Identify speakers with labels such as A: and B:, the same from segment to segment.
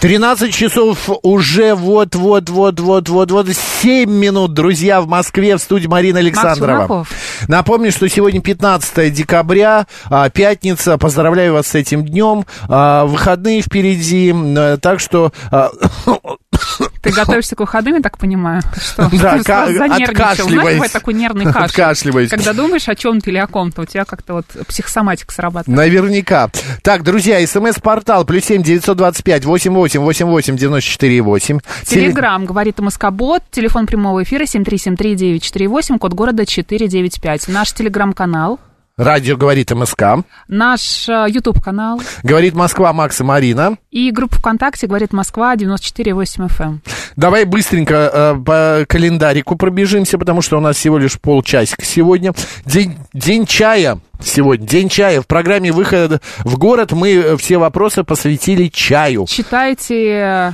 A: 13 часов уже вот-вот-вот-вот-вот-вот. 7 минут, друзья, в Москве, в студии Марина Александрова.
B: Чумаков.
A: Напомню, что сегодня 15 декабря, а, пятница. Поздравляю вас с этим днем. А, Выходные впереди. м, э, Так что... а,
B: Ты готовишься к выходным, я так понимаю? Что?
A: Да,
B: Ты
A: ка-
B: сразу занервничал. Знаешь,
A: откашливаюсь.
B: бывает такой нервный кашель.
A: Откашливаюсь.
B: Когда думаешь о чем-то или о ком-то, у тебя как-то вот психосоматика срабатывает.
A: Наверняка. Так, друзья, смс-портал плюс семь девятьсот двадцать пять восемь восемь восемь восемь девяносто четыре восемь.
B: Телеграм, говорит Москобот, телефон прямого эфира 7373948, код города 495. Наш телеграм-канал,
A: Радио говорит МСК.
B: наш э, YouTube-канал
A: Говорит Москва Макс и Марина.
B: и группа ВКонтакте «Говорит Москва» 94.8 FM.
A: Давай быстренько э, по календарику пробежимся, потому что у нас всего лишь полчасика сегодня. День, день чая сегодня, день чая. В программе «Выход в город» мы э, все вопросы посвятили чаю.
B: Читайте э,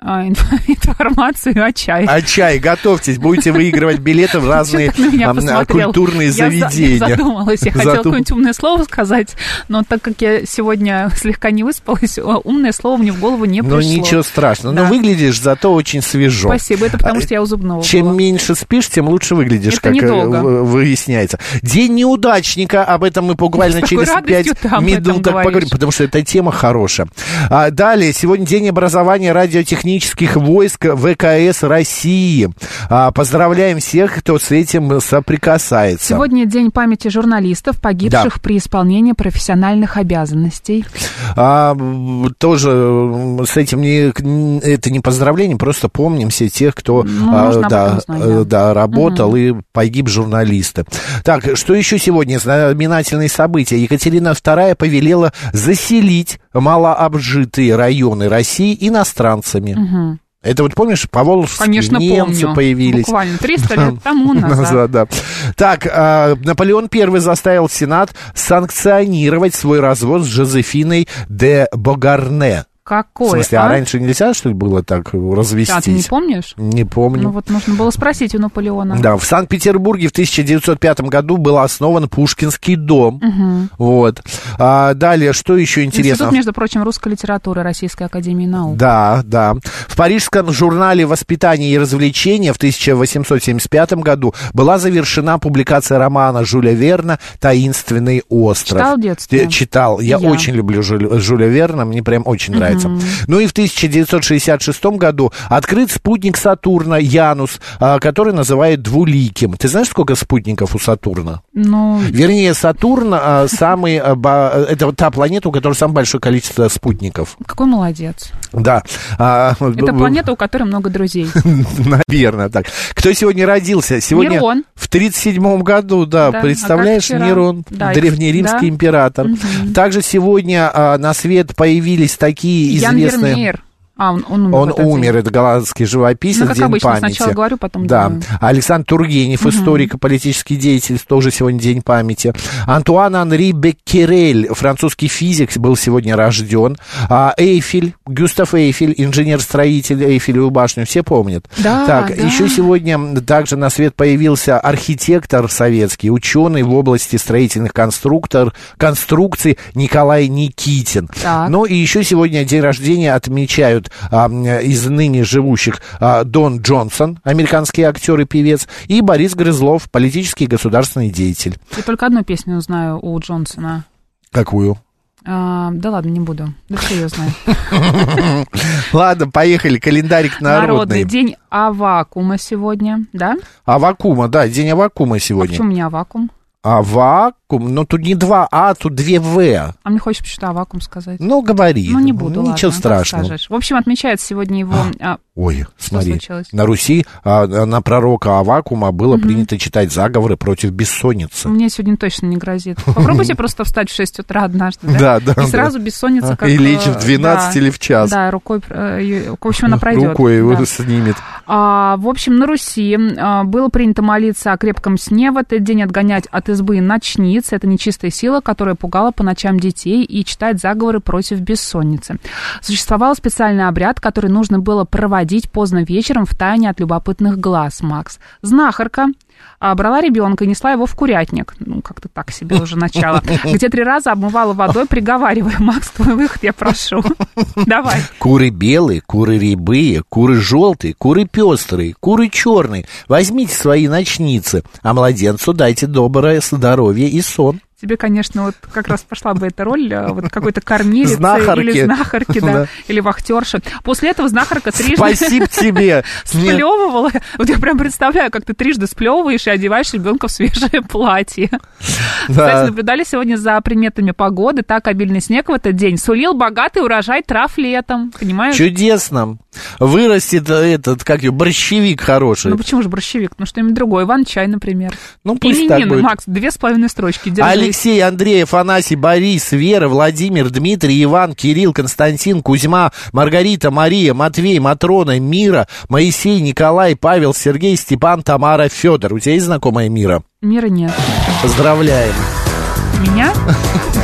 B: э, инф- информацию о чае.
A: А чай, готовьтесь, будете выигрывать билеты в А разные
B: Чё ты на меня
A: ам,
B: посмотрел?
A: культурные
B: Я за-
A: заведения.
B: Я задумалась, я хотела
A: Задум-
B: какое-нибудь умное слово сказать, но так как я сегодня слегка не выспалась, о, умное слово мне в голову не
A: Ну,
B: пришло.
A: ничего страшного.
B: Да.
A: Но выглядишь зато очень свежо.
B: Спасибо, это потому
A: А,
B: что я у зубного
A: Чем
B: была.
A: меньше спишь, тем лучше выглядишь,
B: Это
A: как э,
B: недолго.
A: вы- выясняется. День неудачника, об этом мы буквально
B: С такой
A: через пять
B: радостью ты об этом
A: минут
B: говоришь.
A: поговорим, потому что эта тема хорошая. А, далее, сегодня день образования радиотехнических войск ВКС России. А, поздравляем всех, кто с этим соприкасается.
B: Сегодня день памяти журналистов, погибших при исполнении профессиональных обязанностей.
A: А, м, тоже м, с этим не, к- н- это не поздравление, просто помним все тех, кто
B: Ну,
A: а,
B: нужно об
A: да,
B: этом знать,
A: э, да, работал и погиб журналисты. Так, что еще сегодня? Знаменательные события. Екатерина II повелела заселить малообжитые районы России иностранцами. Это вот помнишь, по Волжске
B: Конечно,
A: немцы
B: помню.
A: появились.
B: Буквально 300 лет тому назад.
A: Назад, да. Так, а, Наполеон I заставил Сенат санкционировать свой развод с Жозефиной де Богарне.
B: Какой?
A: В смысле,
B: а?
A: а раньше нельзя, что ли, было так его развестись?
B: А, ты не помнишь?
A: Не помню.
B: Ну вот нужно было спросить у Наполеона.
A: Да, в Санкт-Петербурге в 1905 году был основан Пушкинский дом. Вот. А, далее, что еще интересно?
B: Институт, между прочим, русской литературы Российской Академии Наук.
A: Да, да. В парижском журнале «Воспитание и развлечение» в 1875 году была завершена публикация романа Жюля Верна «Таинственный остров».
B: Читал в детстве?
A: Э, Читал. Я,
B: Я.
A: очень люблю Жюля, Жюля Верна, мне прям очень нравится. Ну и в 1966 году открыт спутник Сатурна Янус, а, который называют «двуликим». Ты знаешь, сколько спутников у Сатурна?
B: Ну,
A: Вернее, Сатурн а, самый... а, ба- Это вот та планета, у которой самое большое количество спутников.
B: какой молодец.
A: Да. А,
B: Это планета, у которой много друзей.
A: Наверное, так. Кто сегодня родился? Сегодня
B: Нерон.
A: в 37-м году, да,
B: Да, а
A: представляешь,
B: как вчера?
A: Нерон,
B: Да,
A: древнеримский
B: да.
A: император. Также сегодня а, на свет появились такие
B: Ян
A: известные...
B: Вермеер. А, он, он умер. в
A: Он
B: этот
A: умер,
B: день.
A: это голландский живописец,
B: Ну, как
A: День
B: обычно,
A: памяти.
B: сначала говорю, потом
A: Да.
B: думаю.
A: Александр Тургенев, историк и политический деятель, тоже сегодня День памяти. Антуан Анри Беккерель, французский физик, был сегодня рожден. А, Эйфель, Гюстав Эйфель, инженер-строитель Эйфелевую башню, все помнят.
B: Да,
A: так,
B: да.
A: еще сегодня также на свет появился архитектор советский, ученый в области строительных конструктор, конструкций Николай Никитин.
B: Так.
A: Ну и еще сегодня день рождения отмечают а, м, из ныне живущих а, Дон Джонсон, американский актер и певец, и Борис Грызлов, политический и государственный деятель.
B: Я только одну песню знаю у Джонсона.
A: Какую?
B: А, да ладно, не буду. Да что я знаю.
A: Ладно, поехали, календарик народный.
B: день авакума сегодня, да?
A: Авакума, да, день Авакума
B: А
A: сегодня.
B: почему не авакум?
A: Авакум. вакуум, но тут не два А, тут две В.
B: А мне хочется почему-то вакуум сказать.
A: Ну, говори.
B: Ну, не буду, ладно,
A: Ничего
B: как
A: страшного.
B: скажешь. В общем, отмечает сегодня его... а,
A: Ой, смотри,
B: случилось?
A: на Руси а, на пророка Авакума было принято читать заговоры против бессонницы.
B: мне сегодня точно не грозит. Попробуйте просто встать в 6 утра однажды,
A: Да,
B: да?
A: да, да.
B: И сразу бессонница
A: А,
B: как...
A: и лечь
B: э,
A: в 12
B: да.
A: или в час. Ну,
B: Да, рукой... э, её- В общем, она пройдет.
A: Рукой его
B: да.
A: снимет.
B: А, в общем, на Руси а, было принято молиться о крепком сне в этот день, отгонять от избы ночниц. Это нечистая сила, которая пугала по ночам детей и читать заговоры против бессонницы. Существовал специальный обряд, который нужно было проводить поздно вечером в тайне от любопытных глаз, Макс. Знахарка а, брала ребенка и несла его в курятник. Ну, как-то так себе уже начало. Где три раза обмывала водой, приговаривая, Макс, твой выход, я прошу. Давай.
A: Куры белые, куры рябые, куры желтые, куры пестрые, куры черные. Возьмите свои ночницы, а младенцу дайте доброе здоровье и сон.
B: Тебе, конечно, вот как раз пошла бы эта роль э, вот какой-то кормилицы
A: Знахарки.
B: или знахарки, да,
A: Да.
B: или вахтерши. После этого знахарка трижды
A: Спасибо тебе. Мне-
B: сплевывала. Вот я прям представляю, как ты трижды сплевываешь и одеваешь ребенка в свежее платье. Кстати,
A: Да.
B: наблюдали сегодня за приметами погоды. Так обильный снег в этот день сулил богатый урожай трав летом. Понимаешь?
A: Чудесно. Вырастет э, этот, как его, борщевик хороший.
B: Ну почему же борщевик? Ну что-нибудь другое. Иван чай, например.
A: Ну, пусть так
B: Именины,
A: будет.
B: Макс, две с половиной строчки. Держи.
A: Алексей, Андрей, Афанасий, Борис, Вера, Владимир, Дмитрий, Иван, Кирилл, Константин, Кузьма, Маргарита, Мария, Матвей, Матрона, Мира, Моисей, Николай, Павел, Сергей, Степан, Тамара, Федор. У тебя есть знакомая Мира?
B: Мира нет.
A: Поздравляем.
B: Меня?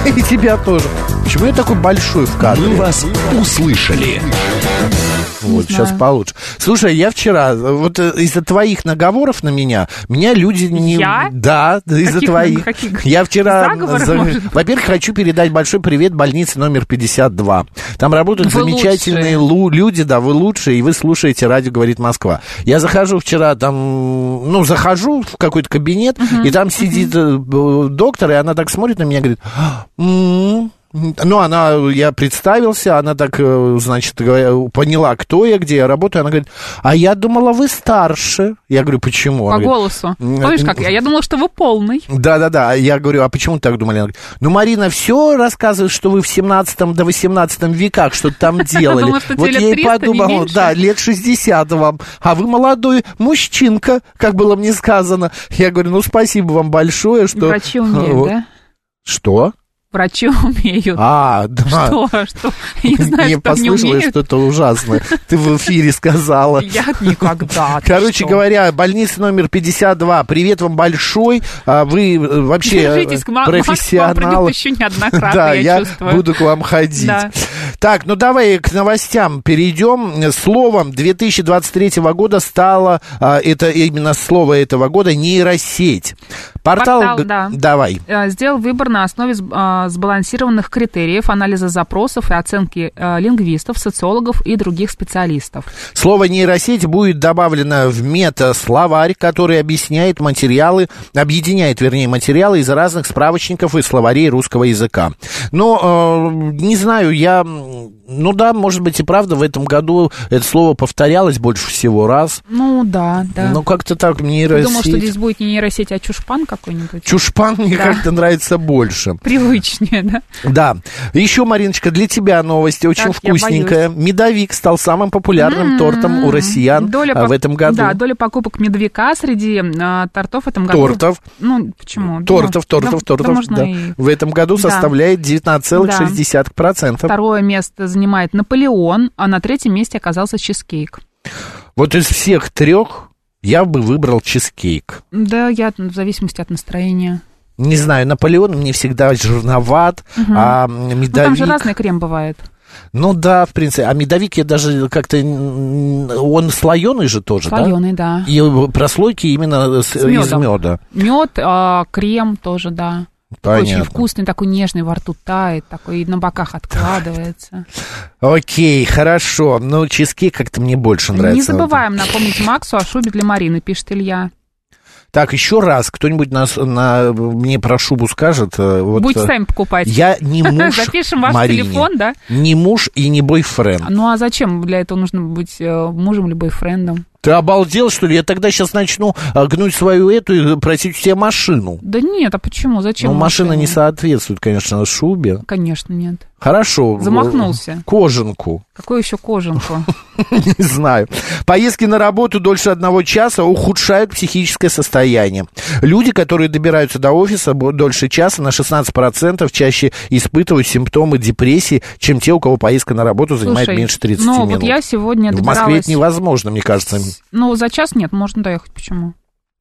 A: И тебя тоже. Почему я такой большой в
C: Мы
A: кадре?
C: вас услышали.
A: Вот, сейчас получше. Слушай, я вчера, э, вот э, из-за твоих наговоров на меня, меня люди не...
B: Я?
A: Да, да, из-за
B: Каких-
A: твоих.
B: каких?
A: Я вчера...
B: Заговоры,
A: за-
B: может быть?
A: Во-первых, хочу передать большой привет больнице номер 52. Там работают
B: Вы
A: замечательные лу- люди, да, вы лучшие, и вы слушаете радио «Говорит Москва». Я захожу вчера там, ну, захожу в какой-то кабинет, и там сидит э, э, доктор, и она так смотрит на меня и говорит... «А, м, м». Ну, она, я представился, она так, э, значит, говоря- поняла, кто я, где я работаю. Она говорит, а я думала, вы старше. Я говорю, почему? Она
B: По
A: говорит,
B: голосу.
A: м,
B: Помнишь,
A: м,
B: как я? Я думала, что вы полный.
A: да-да-да, я говорю, а почему так думали? Она говорит, ну, Марина все рассказывает, что вы в 17 до 18 веках что-то там делали.
B: думала, что тебе
A: Вот
B: лет
A: я и
B: 300, не
A: подумал,
B: меньше.
A: да, лет 60 вам, а вы молодой мужчинка, как было мне сказано. Я говорю, ну, спасибо вам большое, что...
B: Врачи умеют,
A: Вот.
B: да?
A: Что?
B: Врачи умеют.
A: А, да.
B: Что? Что? Я не знаю,
A: Мне
B: что они
A: послышалось
B: умеют.
A: что-то ужасное. Ты в эфире сказала.
B: Я никогда. ты
A: Короче
B: что?
A: говоря, больница номер 52. Привет вам большой. А Вы э, вообще э,
B: Держитесь, к Ма- Макс к вам
A: профессионалы.
B: придет еще неоднократно,
A: Да,
B: я
A: я
B: чувствую.
A: буду к вам ходить.
B: Да.
A: Так, ну давай к новостям перейдем. Словом 2023 года стало, а, это именно слово этого года, нейросеть. Портал,
B: Портал,
A: г-
B: да.
A: давай.
B: Э, сделал выбор на основе сб- а, сбалансированных критериев анализа запросов и оценки э, лингвистов, социологов и других специалистов.
A: Слово нейросеть будет добавлено в мета-словарь, который объясняет материалы, объединяет, вернее, материалы из разных справочников и словарей русского языка. Но, э, не знаю, я... м, Ну да, может быть и правда, в этом году это слово повторялось больше всего раз.
B: Ну да, да.
A: Но как-то так
B: Ты
A: нейросеть...
B: думал, что здесь будет не нейросеть, а чушпан какой-нибудь?
A: Чушпан мне
B: Да.
A: как-то нравится больше.
B: Привычнее, да?
A: Да. Еще, Мариночка, для тебя новость очень
B: Так, я М-м-м.
A: вкусненькая. Медовик стал самым популярным тортом у россиян
B: Доля
A: а, в
B: пок-
A: этом году.
B: Да, доля покупок медовика среди а, тортов в этом году.
A: Тортов.
B: Ну, почему?
A: Тортов,
B: Да,
A: тортов,
B: да,
A: тортов.
B: можно
A: да.
B: и-
A: В этом году
B: Да.
A: составляет 19,6%.
B: Второе место занимает Наполеон, а на третьем месте оказался чизкейк.
A: Вот из всех трех я бы выбрал чизкейк.
B: Да, я в зависимости от настроения.
A: Не знаю, Наполеон мне всегда жирноват, а медовик...
B: Ну, там же разный крем бывает.
A: Ну да, в принципе. А медовик я даже как-то... м, Он слоеный же тоже,
B: Слоеный, да.
A: да? И прослойки именно с-
B: медом.
A: из меда.
B: Мед, а, крем тоже, да. Такой
A: Понятно.
B: Очень вкусный, такой нежный, во рту тает, такой на боках откладывается.
A: Окей, хорошо. Ну, чизкейк как-то мне больше нравится.
B: Не забываем напомнить Максу о шубе для Марины, пишет Илья.
A: Так, еще раз, кто-нибудь нас на, мне про шубу скажет. э, Вот,
B: Будете
A: э,
B: сами покупать.
A: Я не муж
B: Запишем ваш
A: Марине.
B: телефон, да?
A: Не муж и не бойфренд.
B: а Ну а зачем для этого нужно быть э, мужем или бойфрендом?
A: Ты обалдел, что ли? Я тогда сейчас начну а, гнуть свою эту и просить у тебя машину.
B: Да нет, а почему? Зачем?
A: Ну, машина
B: машину?
A: не соответствует, конечно, шубе.
B: Конечно, нет.
A: Хорошо.
B: Замахнулся.
A: Кожанку.
B: Какую еще кожанку?
A: Не знаю. Поездки на работу дольше одного часа ухудшают психическое состояние. Люди, которые добираются до офиса бо- дольше часа, на 16% чаще испытывают симптомы депрессии, чем те, у кого поездка на работу занимает
B: Слушай,
A: меньше 30
B: ну,
A: минут.
B: вот я сегодня
A: В Москве
B: добиралась...
A: это невозможно, мне кажется.
B: Ну, за час нет, можно доехать. Почему?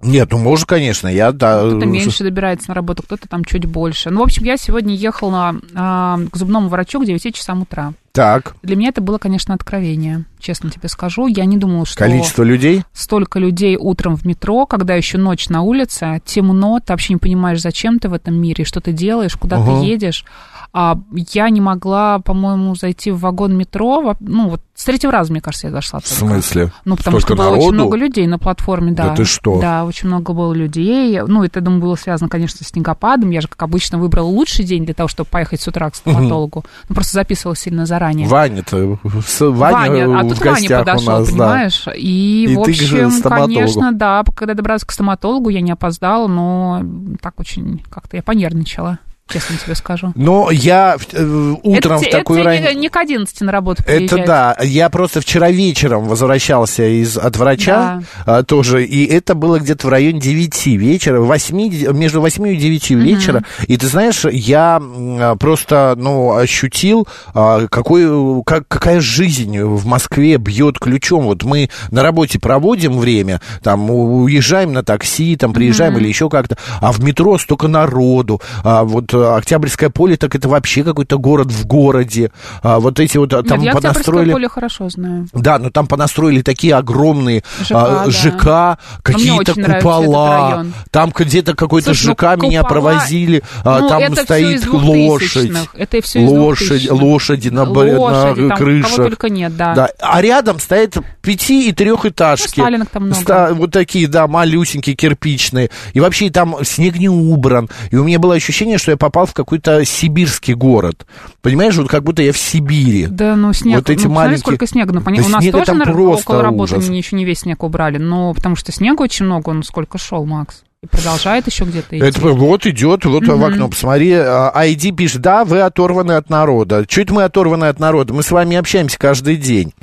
A: Нет, ну можно, конечно. Я, да,
B: Кто-то меньше добирается на работу, кто-то там чуть больше. Ну, в общем, я сегодня ехала а, к зубному врачу к 9 часам утра.
A: Так,
B: Для меня это было, конечно, откровение, честно тебе скажу. Я не думала, что
A: количество людей.
B: столько людей утром в метро, когда еще ночь на улице, темно, ты вообще не понимаешь, зачем ты в этом мире, что ты делаешь, куда
A: Ага.
B: ты едешь. А, я не могла, по-моему, зайти в вагон метро. во- Ну, вот с третьего раза, мне кажется, я зашла. только. Ну, потому
A: Столько
B: что было
A: народу?
B: очень много людей на платформе, да.
A: Да ты что?
B: Да, очень много было людей. Ну, это, думаю, было связано, конечно, с снегопадом. Я же, как обычно, выбрала лучший день для того, чтобы поехать с утра к стоматологу. Ну, просто записывалась сильно заранее.
A: Ваня-то, с- Ваня,
B: а
A: э,
B: тут
A: в
B: Ваня
A: гостях
B: подошел,
A: у нас, да.
B: понимаешь? И,
A: И
B: в
A: ты к же
B: общем,
A: стоматологу.
B: конечно, да, когда добралась к стоматологу, я не опоздала, но так очень как-то я понервничала, честно тебе скажу.
A: Но я в- э, утром
B: это,
A: в такую
B: это не-
A: рань...
B: не, к 11 на работу
A: Это
B: приезжать.
A: да, я просто вчера вечером возвращался из, от врача а, тоже, и это было где-то в районе 9 вечера, 8, между 8 и 9 вечера, и ты знаешь, я м, а, просто, ну, ощутил, а, какой, как, какая жизнь в Москве бьет ключом, вот мы на работе проводим время, там, у- уезжаем на такси, там, приезжаем или еще как-то, а в метро столько народу, а вот э, Октябрьское поле, так это вообще какой-то город в городе, а вот эти вот а, там
B: Нет, я
A: понастроили...
B: Октябрьское поле хорошо знаю.
A: Да, но там понастроили такие огромные
B: ЖК,
A: а,
B: да.
A: ЖК, какие-то
B: очень нравится этот
A: купола.
B: район.
A: Там где-то какой-то
B: Слушай, ну,
A: ЖК меня
B: купола-
A: провозили, а,
B: Ну,
A: там
B: это всё
A: стоит
B: из
A: лошадь.
B: 2000-х, Это все
A: Лошадь, лошади на, б- на
B: Лошади, там кого
A: крышах.
B: только нет, да.
A: Да, А рядом стоят пяти и трехэтажки.
B: Ну, сталинок там много.
A: Ста- вот такие, да, малюсенькие, кирпичные. И вообще там снег не убран. И у меня было ощущение, что я попал в какой-то сибирский город. Понимаешь, вот как будто я в Сибири.
B: Да, ну снег.
A: Вот эти
B: ну,
A: маленькие-
B: Знаешь, сколько снега? Ну, понятно,
A: Да
B: у нас
A: снега
B: тоже
A: там
B: на-
A: просто
B: около работы
A: ужас.
B: они еще не весь снег убрали, но потому что снега очень много, он сколько шел, Макс. И продолжает еще где-то идти.
A: Это вот идет, вот в окно посмотри. А, ID пишет, да, вы оторваны от народа. Чуть мы оторваны от народа. Мы с вами общаемся каждый день.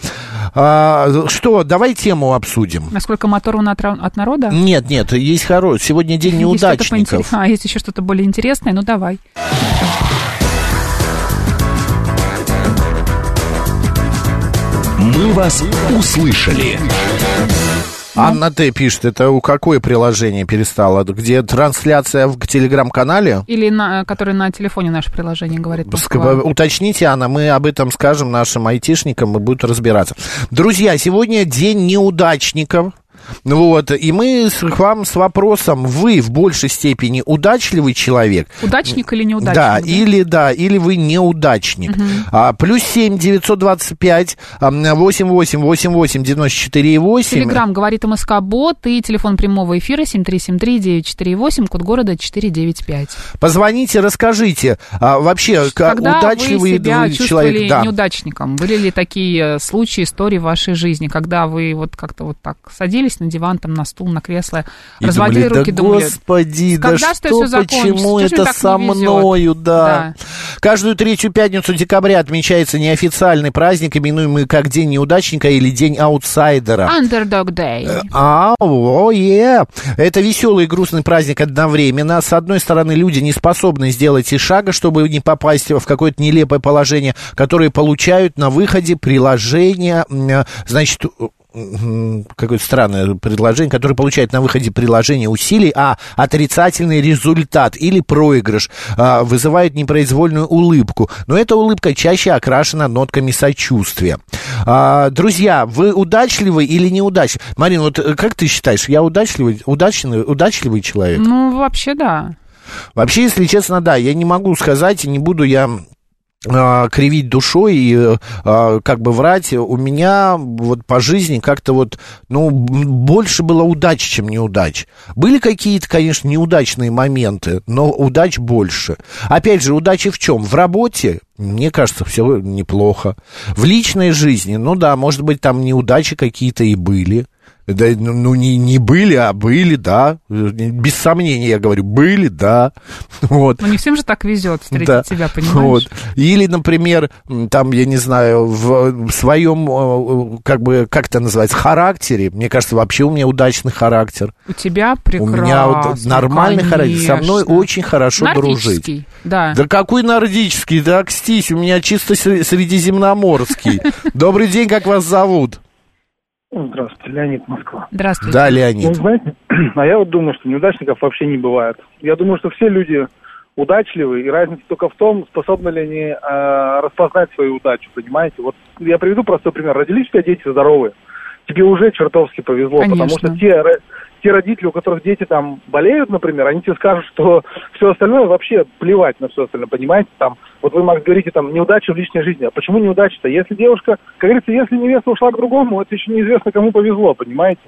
A: А, что, давай тему обсудим.
B: Насколько мы оторваны от, ра- от народа?
A: Нет, нет, есть хороший. Сегодня день
B: Есть что-то
A: неудачников.
B: поинтерес- А, есть еще что-то более интересное? Ну, давай.
C: «Мы вас услышали».
A: Анна Т. пишет, это у какое приложение перестало? Где трансляция в телеграм-канале?
B: Или на, который на телефоне наше приложение говорит.
A: Ск-
B: Москва.
A: Уточните, Анна, мы об этом скажем нашим айтишникам и будут разбираться. Друзья, сегодня день неудачников. Ну Вот, и мы с- к вам с вопросом, вы в большей степени удачливый человек?
B: Удачник или неудачник?
A: Да, или да, или вы неудачник. А, плюс семь девятьсот двадцать пять восемь восемь восемь восемь девяносто четыре и восемь.
B: Телеграм говорит МСК Бот и телефон прямого эфира 7373948, код города 495.
A: Позвоните, расскажите а, вообще, как
B: Когда
A: удачливый
B: вы себя
A: вы
B: чувствовали
A: человек. Да.
B: неудачником? Были ли такие э, случаи, истории в вашей жизни, когда вы вот как-то вот так садились на диван, там, на стул, на кресло,
A: И
B: разводили
A: думали,
B: руки,
A: да
B: думали...
A: господи, да
B: когда ж это
A: что,
B: всё закончится?
A: почему
B: Чё ж мне
A: это
B: так не
A: со
B: везёт?»
A: мною, да.
B: Да.
A: Каждую третью пятницу декабря отмечается неофициальный праздник, именуемый как День неудачника или День аутсайдера.
B: Underdog Day.
A: А, о, е. Это веселый и грустный праздник одновременно. С одной стороны, люди не способны сделать и шага, чтобы не попасть в какое-то нелепое положение, которые получают на выходе приложение, м, э, значит, м, какое-то странное предложение, которое получает на выходе приложение усилий, а отрицательный результат или проигрыш а, вызывает непроизвольную улыбку. Но эта улыбка чаще окрашена нотками сочувствия. А, друзья, вы удачливы или неудачливы? Марин, вот э, как ты считаешь, я удачливый, удачный, удачливый человек?
B: Ну, вообще, да.
A: Вообще, если честно, да, я не могу сказать и не буду я а, кривить душой и э, а, как бы врать. У меня вот по жизни как-то вот, ну, м, больше было удач, чем неудач. Были какие-то, конечно, неудачные моменты, но удач больше. Опять же, удачи в чем? В работе, мне кажется, все неплохо. В личной жизни, ну да, может быть, там неудачи какие-то и были. Да, ну, не, не были, а были, да. Без сомнения, я говорю, были, да. Вот.
B: Ну, не всем же так везет встретить
A: Да.
B: тебя, понимаешь?
A: Вот. Или, например, м, там, я не знаю, в, в своем, э, как бы, как это называется, характере. Мне кажется, вообще у меня удачный характер.
B: У тебя прекрасно.
A: у меня вот нормальный характер. Со мной
B: конечно.
A: очень хорошо дружить.
B: Нордический, да.
A: Да какой нордический, да кстись, у меня чисто сре- средиземноморский. Добрый день, как вас зовут?
D: Ну, Здравствуйте, Леонид Москва.
B: Здравствуйте.
A: Да,
D: Ну,
A: Леонид.
D: знаете, а я вот думаю, что неудачников вообще не бывает. Я думаю, что все люди удачливы, и разница только в том, способны ли они э, распознать свою удачу, понимаете? Вот я приведу простой пример. Родились у тебя дети здоровые, тебе уже чертовски повезло, потому
B: Конечно.
D: что те, ро- те родители, у которых дети там болеют, например, они тебе скажут, что все остальное вообще плевать на все остальное, понимаете? Там, вот вы, Макс, говорите, там, неудача в личной жизни. А почему неудача-то? Если девушка, как говорится, если невеста ушла к другому, это еще неизвестно, кому повезло, понимаете?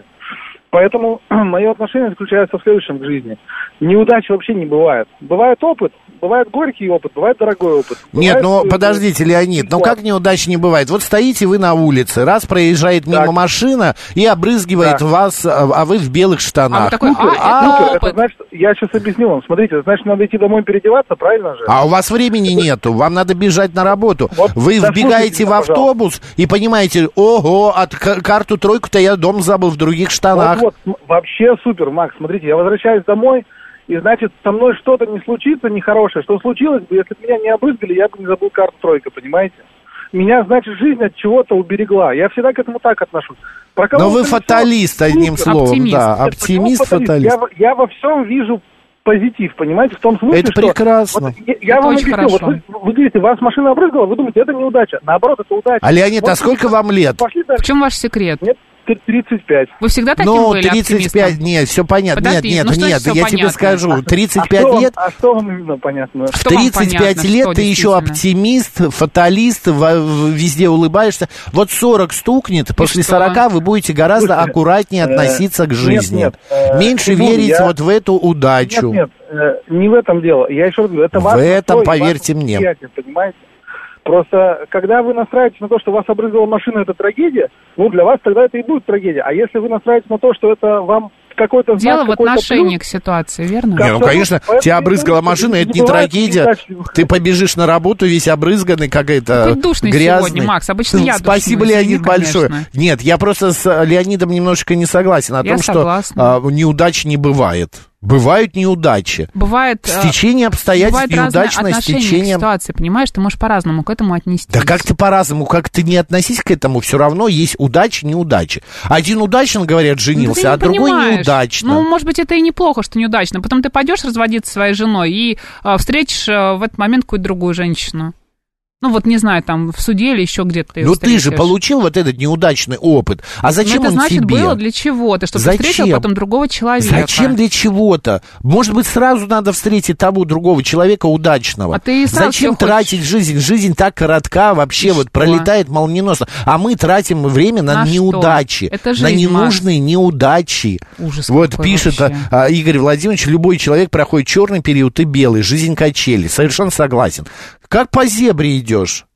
D: Поэтому мое отношение заключается в следующем к жизни. Неудач вообще не бывает. Бывает опыт, бывает горький опыт, бывает дорогой опыт.
A: Нет,
D: Бывает,
A: ну
D: э,
A: подождите, Леонид, ну
D: Да.
A: как неудач не бывает? Вот стоите вы на улице, раз проезжает мимо
D: Так.
A: машина и обрызгивает
D: Да.
A: вас, а а вы в белых
B: А вы
A: штанах. Ну,
B: такой,
D: Супер,
B: а,
D: супер,
B: это
D: это
B: опыт.
D: значит, я сейчас объясню вам. Смотрите, значит, надо идти домой переодеваться, правильно же?
A: А у вас времени нету, вам надо бежать на работу.
D: Вот
A: Вы
D: дослушайте
A: вбегаете
D: меня,
A: в автобус и понимаете, ого, от к- карту тройку-то я дом забыл в других штанах.
D: А Вот, вот, см- вообще супер, Макс. Смотрите, я возвращаюсь домой, и значит, со мной что-то не случится нехорошее. Что случилось бы, если бы меня не обрызгали, я бы не забыл карту тройка, понимаете? Меня, значит, жизнь от чего-то уберегла. Я всегда к этому так отношусь. Про
A: Но
D: кого-то
A: вы
D: ничего.
A: фаталист, одним
D: Супер.
A: словом,
B: Оптимист.
A: да.
D: Нет, почему
A: Оптимист, фаталист.
D: Я, во- я во всем вижу позитив, понимаете, в том смысле,
A: Это
D: что...
A: прекрасно.
D: Вот я я
B: Это
D: вам
B: очень
D: объясню, вот вы, вы говорите, вас машина обрызгала, вы думаете, это неудача. Наоборот, это удача.
A: А Леонид,
D: Вот
A: а сколько вам лет?
D: Пошли
B: В
D: дальше.
B: чем ваш секрет?
D: Нет, 35.
B: Вы всегда А таким
A: Ну,
B: были
A: 35,
B: оптимистом?
A: нет, все понятно.
B: Подожди,
A: нет,
B: ну
A: нет,
B: что
A: нет,
B: всё
A: я тебе
B: понятно?
A: скажу,
D: а
A: 35
D: что вам-
A: лет,
D: а что вам именно понятно?
A: в
B: Что вам
A: 35
B: понятно,
A: лет
B: что
A: ты еще
B: действительно?
A: оптимист, фаталист, во- в- везде улыбаешься. Вот 40 стукнет, после
B: что?
A: 40 вы будете гораздо
D: Слушайте,
A: аккуратнее
D: э,
A: относиться к
D: нет,
A: жизни.
D: нет, э,
A: Меньше
D: ну,
A: верить
D: я-
A: вот в эту
D: Нет,
A: удачу.
D: нет, э, не в этом дело. Я еще раз говорю, это
A: В
D: ваше
A: этом,
D: настроение,
A: поверьте
D: ваше
A: мне.
D: восприятие, Понимаете? Просто, когда вы настраиваетесь на то, что вас обрызгала машина, это трагедия, ну, для вас тогда это и будет трагедия. А если вы настраиваетесь на то, что это вам какой-то знак,
B: Дело в
D: какой-то
B: отношении
D: плюс,
B: к ситуации, верно?
A: Не, ну,
D: Абсолютно.
A: конечно,
D: Поэтому
A: тебя
D: я
A: обрызгала
D: говорю, что
A: машина, это
D: не
A: не
D: бывает
A: трагедия.
D: неудачливых.
A: Ты побежишь на работу весь обрызганный, как это,
B: Какой душный
A: грязный.
B: сегодня, Макс. Обычно я
A: Спасибо,
B: душная,
A: Леонид,
B: извини,
A: большое.
B: конечно.
A: Нет, я просто с э, Леонидом немножечко не согласен о
B: Я
A: том, что
B: согласна.
A: а, неудач не бывает. Бывают неудачи.
B: Бывает... э,
A: Стечение обстоятельств,
B: Бывает разное
A: неудачное
B: отношение к
A: стечение...
B: ситуации, понимаешь? Ты можешь по-разному к этому отнести.
A: Да как ты по-разному, как ты не относись к этому, все равно есть удачи, неудачи. Один удачно, говорят, женился, а другой неудачно.
B: Ну, может быть, это и неплохо, что неудачно. Потом ты пойдешь разводиться со своей женой и э, встретишь э, в этот момент какую-то другую женщину. Ну, вот не знаю, там, в суде или еще где-то ты её
A: Ну ты же
B: встретишь.
A: получил вот этот неудачный опыт. А
B: Ну,
A: зачем
B: это
A: он
B: значит,
A: тебе?
B: было для чего-то, чтобы
A: Зачем?
B: ты встретил потом другого человека.
A: Зачем для чего-то? Может быть, сразу надо встретить того другого человека удачного.
B: А ты сразу
A: Зачем
B: всё
A: тратить жизнь? Жизнь так коротка, вообще
B: И
A: вот
B: что?
A: пролетает молниеносно. А мы тратим время на,
B: На что?
A: неудачи,
B: Это
A: на
B: жизнь,
A: ненужные неудачи.
B: Ужас
A: вот
B: какой
A: пишет
B: вообще.
A: а, Игорь Владимирович, любой человек проходит черный период и белый, жизнь качели. Совершенно согласен. Как по зебре идешь?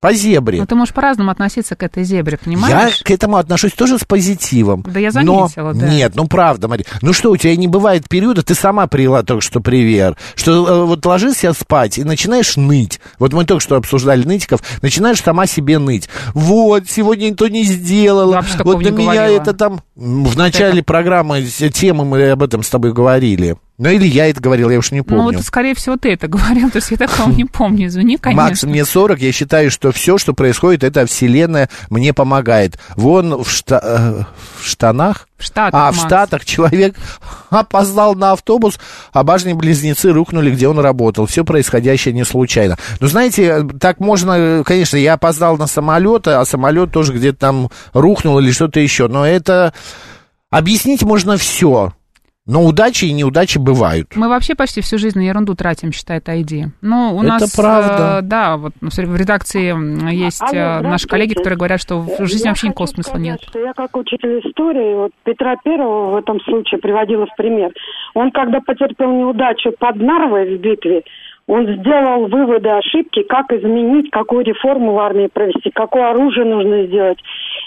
A: По зебре.
B: Ну, ты можешь по-разному относиться к этой зебре, понимаешь?
A: Я к этому отношусь тоже с позитивом.
B: Да я
A: но-
B: заметила, да.
A: Нет, ну правда, Мария. Ну что, у тебя не бывает периода, ты сама привела только что привер, что э, вот ложишься спать и начинаешь ныть. Вот мы только что обсуждали нытиков, начинаешь сама себе ныть. Вот, сегодня никто не сделала.
B: Я вообще такого
A: вот на
B: не
A: меня
B: говорила. а
A: это там... М, В начале программы, с- темы мы об этом с тобой говорили. Ну или я это говорил, я уж не помню.
B: Ну, вот, скорее всего, ты это говорил, то есть я такого не помню, извини, конечно.
A: Макс, мне 40, я считаю, что все, что происходит, это вселенная мне помогает. Вон в, шта- э, в штанах,
B: В Штатах,
A: а в
B: Макс.
A: Штатах человек опоздал на автобус, а башни-близнецы рухнули, где он работал. Все происходящее не случайно. Ну, знаете, так можно, э, конечно, я опоздал на самолет, а самолет тоже где-то там рухнул или что-то еще. Но это... Объяснить можно все. Но удачи и неудачи бывают.
B: Мы вообще почти всю жизнь на ерунду тратим, считай, это ID. Ну, у
A: Это
B: нас... э,
A: правда.
B: да, вот ну, смотри, в редакции м, есть
E: Алло,
B: э, наши
E: здравствуйте. Э,
B: коллеги, которые говорят, что в жизни
E: Я
B: вообще никакого
E: хочу
B: смысла
E: сказать,
B: нет.
E: Что я как учитель истории вот Петра Первого в этом случае приводила в пример. Он, когда потерпел неудачу под Нарвой в битве, он сделал выводы, ошибки, как изменить, какую реформу в армии провести, какое оружие нужно сделать.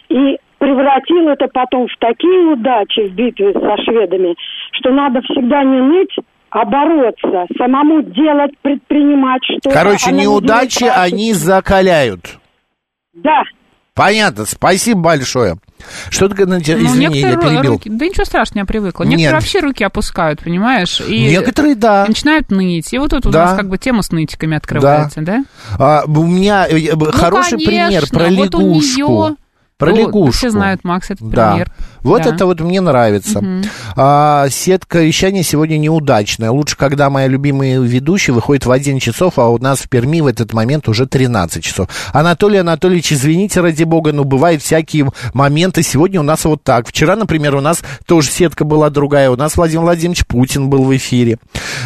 E: И превратил это потом в такие удачи в битве со шведами, что надо всегда не ныть, а бороться, самому делать, предпринимать что-то.
A: Короче,
E: а на
A: неудачи
E: людей тратить.
A: они закаляют.
E: Да,
A: Понятно, спасибо большое. Что ты, говорит,
B: Ну,
A: извини, я
B: некоторые ру-
A: перебил.
B: руки... Да ничего страшного, я привыкла.
A: Нет.
B: Некоторые вообще руки опускают, понимаешь? И
A: Некоторые, да.
B: начинают ныть. И вот тут у
A: Да.
B: нас как бы тема с нытиками открывается, да?
A: А, у меня э, б- хороший пример
B: Ну, конечно,
A: про
B: вот у
A: лягушку.
B: неё-
A: Про
B: О,
A: лягушку.
B: Ну, Все знают, Макс, этот
A: Да.
B: пример.
A: Вот
B: Да.
A: это вот мне нравится. А, сетка вещания сегодня неудачная. Лучше, когда моя любимая ведущая выходит в 1 часов, а у нас в Перми в этот момент уже 13 часов. Анатолий Анатольевич, извините, ради бога, но бывают всякие моменты. Сегодня у нас вот так. Вчера, например, у нас тоже сетка была другая. У нас Владимир Владимирович Путин был в эфире.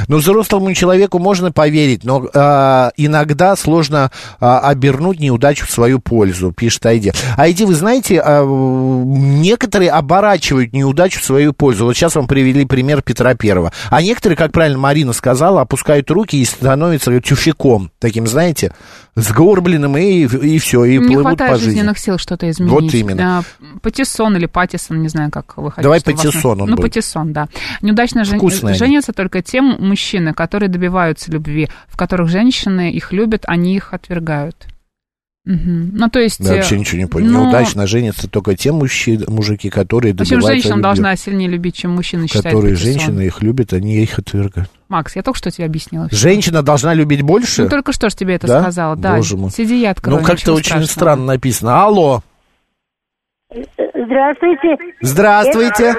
A: Но взрослому человеку можно поверить, но а, иногда сложно а, обернуть неудачу в свою пользу, пишет Айди. Айди, вы знаете, а, м, некоторые оборачивают неудачу в свою пользу. Вот сейчас вам привели пример Петра Первого. А некоторые, как правильно Марина сказала, опускают руки и становятся тюфяком, таким, знаете, сгорбленным и, и все, и
B: Не
A: плывут по
B: хватает
A: жизни.
B: жизненных сил что-то изменить.
A: Вот именно.
B: Да, Патиссон или Патисон, не знаю, как вы хотите.
A: Давай
B: чтобы вас
A: Патиссон
B: на-
A: он
B: Ну,
A: был.
B: Патиссон, да. Неудачно жен-
A: Вкусные они.
B: женятся только те мужчины, которые добиваются любви, в которых женщины их любят, они их отвергают. Мгм. Ну, то есть...
A: Я
B: э,
A: вообще ничего не понял.
B: ну,
A: Неудачно женятся только те мужчи- мужики, которые
B: В общем,
A: добиваются
B: женщина
A: любви,
B: должна сильнее любить, чем мужчина считает
A: которые
B: Патиссон.
A: женщины их любят, они их отвергают.
B: Макс, я только что тебе объяснила. всё.
A: Женщина должна любить больше?
B: Ну, только что ж тебе это
A: Да?
B: сказала. Да,
A: Боже мой.
B: сиди я открою.
A: Ну, как-то
B: ничего
A: очень
B: страшного.
A: странно написано. Алло,
E: Здравствуйте.
A: здравствуйте.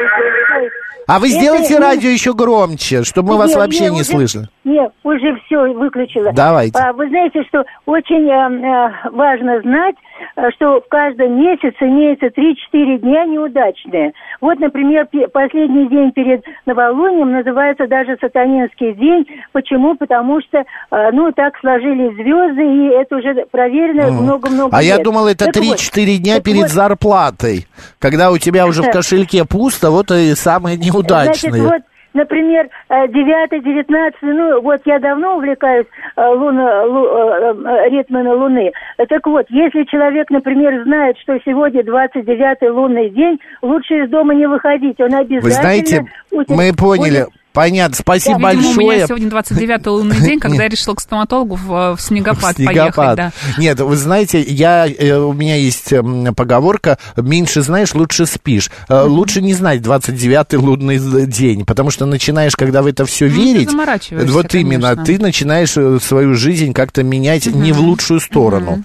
A: А вы сделайте радио еще громче, чтобы мы вас
E: Нет,
A: вообще
E: нет,
A: не
E: уже-
A: слышали.
E: Нет, уже все выключила.
A: Давайте.
E: А, Вы знаете, что очень э, э, важно знать, э, что в каждом месяце имеется 3-4 дня неудачные. Вот, например, пе- последний день перед новолунием называется даже сатанинский день. Почему? Потому что, э, ну, так сложились звезды, и это уже проверено много-много
A: А
E: лет.
A: я думал, это
E: Так вот,
A: 3-4 дня
E: так
A: перед
E: вот,
A: зарплатой, когда у тебя уже в кошельке пусто, вот и самые
E: Значит,
A: неудачные.
E: вот, например, 9-19, ну, вот я давно увлекаюсь э, луна, лу- э, э, ритмами Луны. Э, Так вот, если человек, например, знает, что сегодня 29-й лунный день, лучше из дома не выходить. Он обязательно...
A: Вы знаете,
E: у тебя
A: мы поняли.
E: будет-
A: Понятно, спасибо
B: Видимо, у меня
A: большое.
B: сегодня 29 лунный день, когда я решила к стоматологу в, в снегопад, поехать. Да.
A: Нет, вы знаете, я, э, у меня есть эм, поговорка «меньше знаешь, лучше спишь». Э, Лучше не знать 29-й лунный з- день, потому что начинаешь, когда в это все
B: ты
A: верить,
B: Ну, заморачиваешься,
A: вот именно,
B: конечно.
A: ты начинаешь э, свою жизнь как-то менять не в лучшую сторону.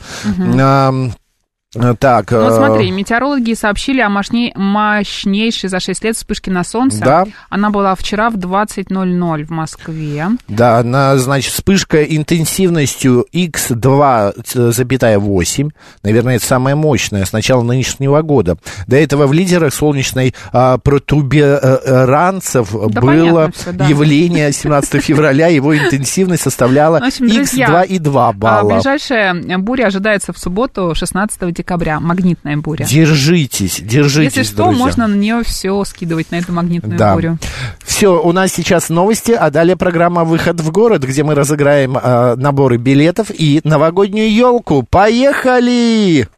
A: Ам, э, Так,
B: Ну, вот
A: э,
B: смотри, метеорологи сообщили о мощней, мощнейшей за 6 лет вспышке на солнце.
A: Да.
B: Она была вчера в 20.00 в Москве.
A: Да, она, значит, вспышка интенсивностью x2,8. Наверное, это самая мощная с начала нынешнего года. До этого в лидерах солнечной а, протуберанцев было
B: понятно всё, да.
A: явление 17 февраля. Его интенсивность составляла
B: Ну, В общем, друзья,
A: x2,2
B: А
A: балла.
B: ближайшая буря ожидается в субботу, 16 декабря. Магнитная буря.
A: Держитесь, держитесь,
B: Если что,
A: друзья.
B: можно на нее все скидывать, на эту магнитную
A: Да.
B: бурю.
A: Все, у нас сейчас новости, а далее программа «Выход в город», где мы разыграем э, наборы билетов и новогоднюю елку. Поехали!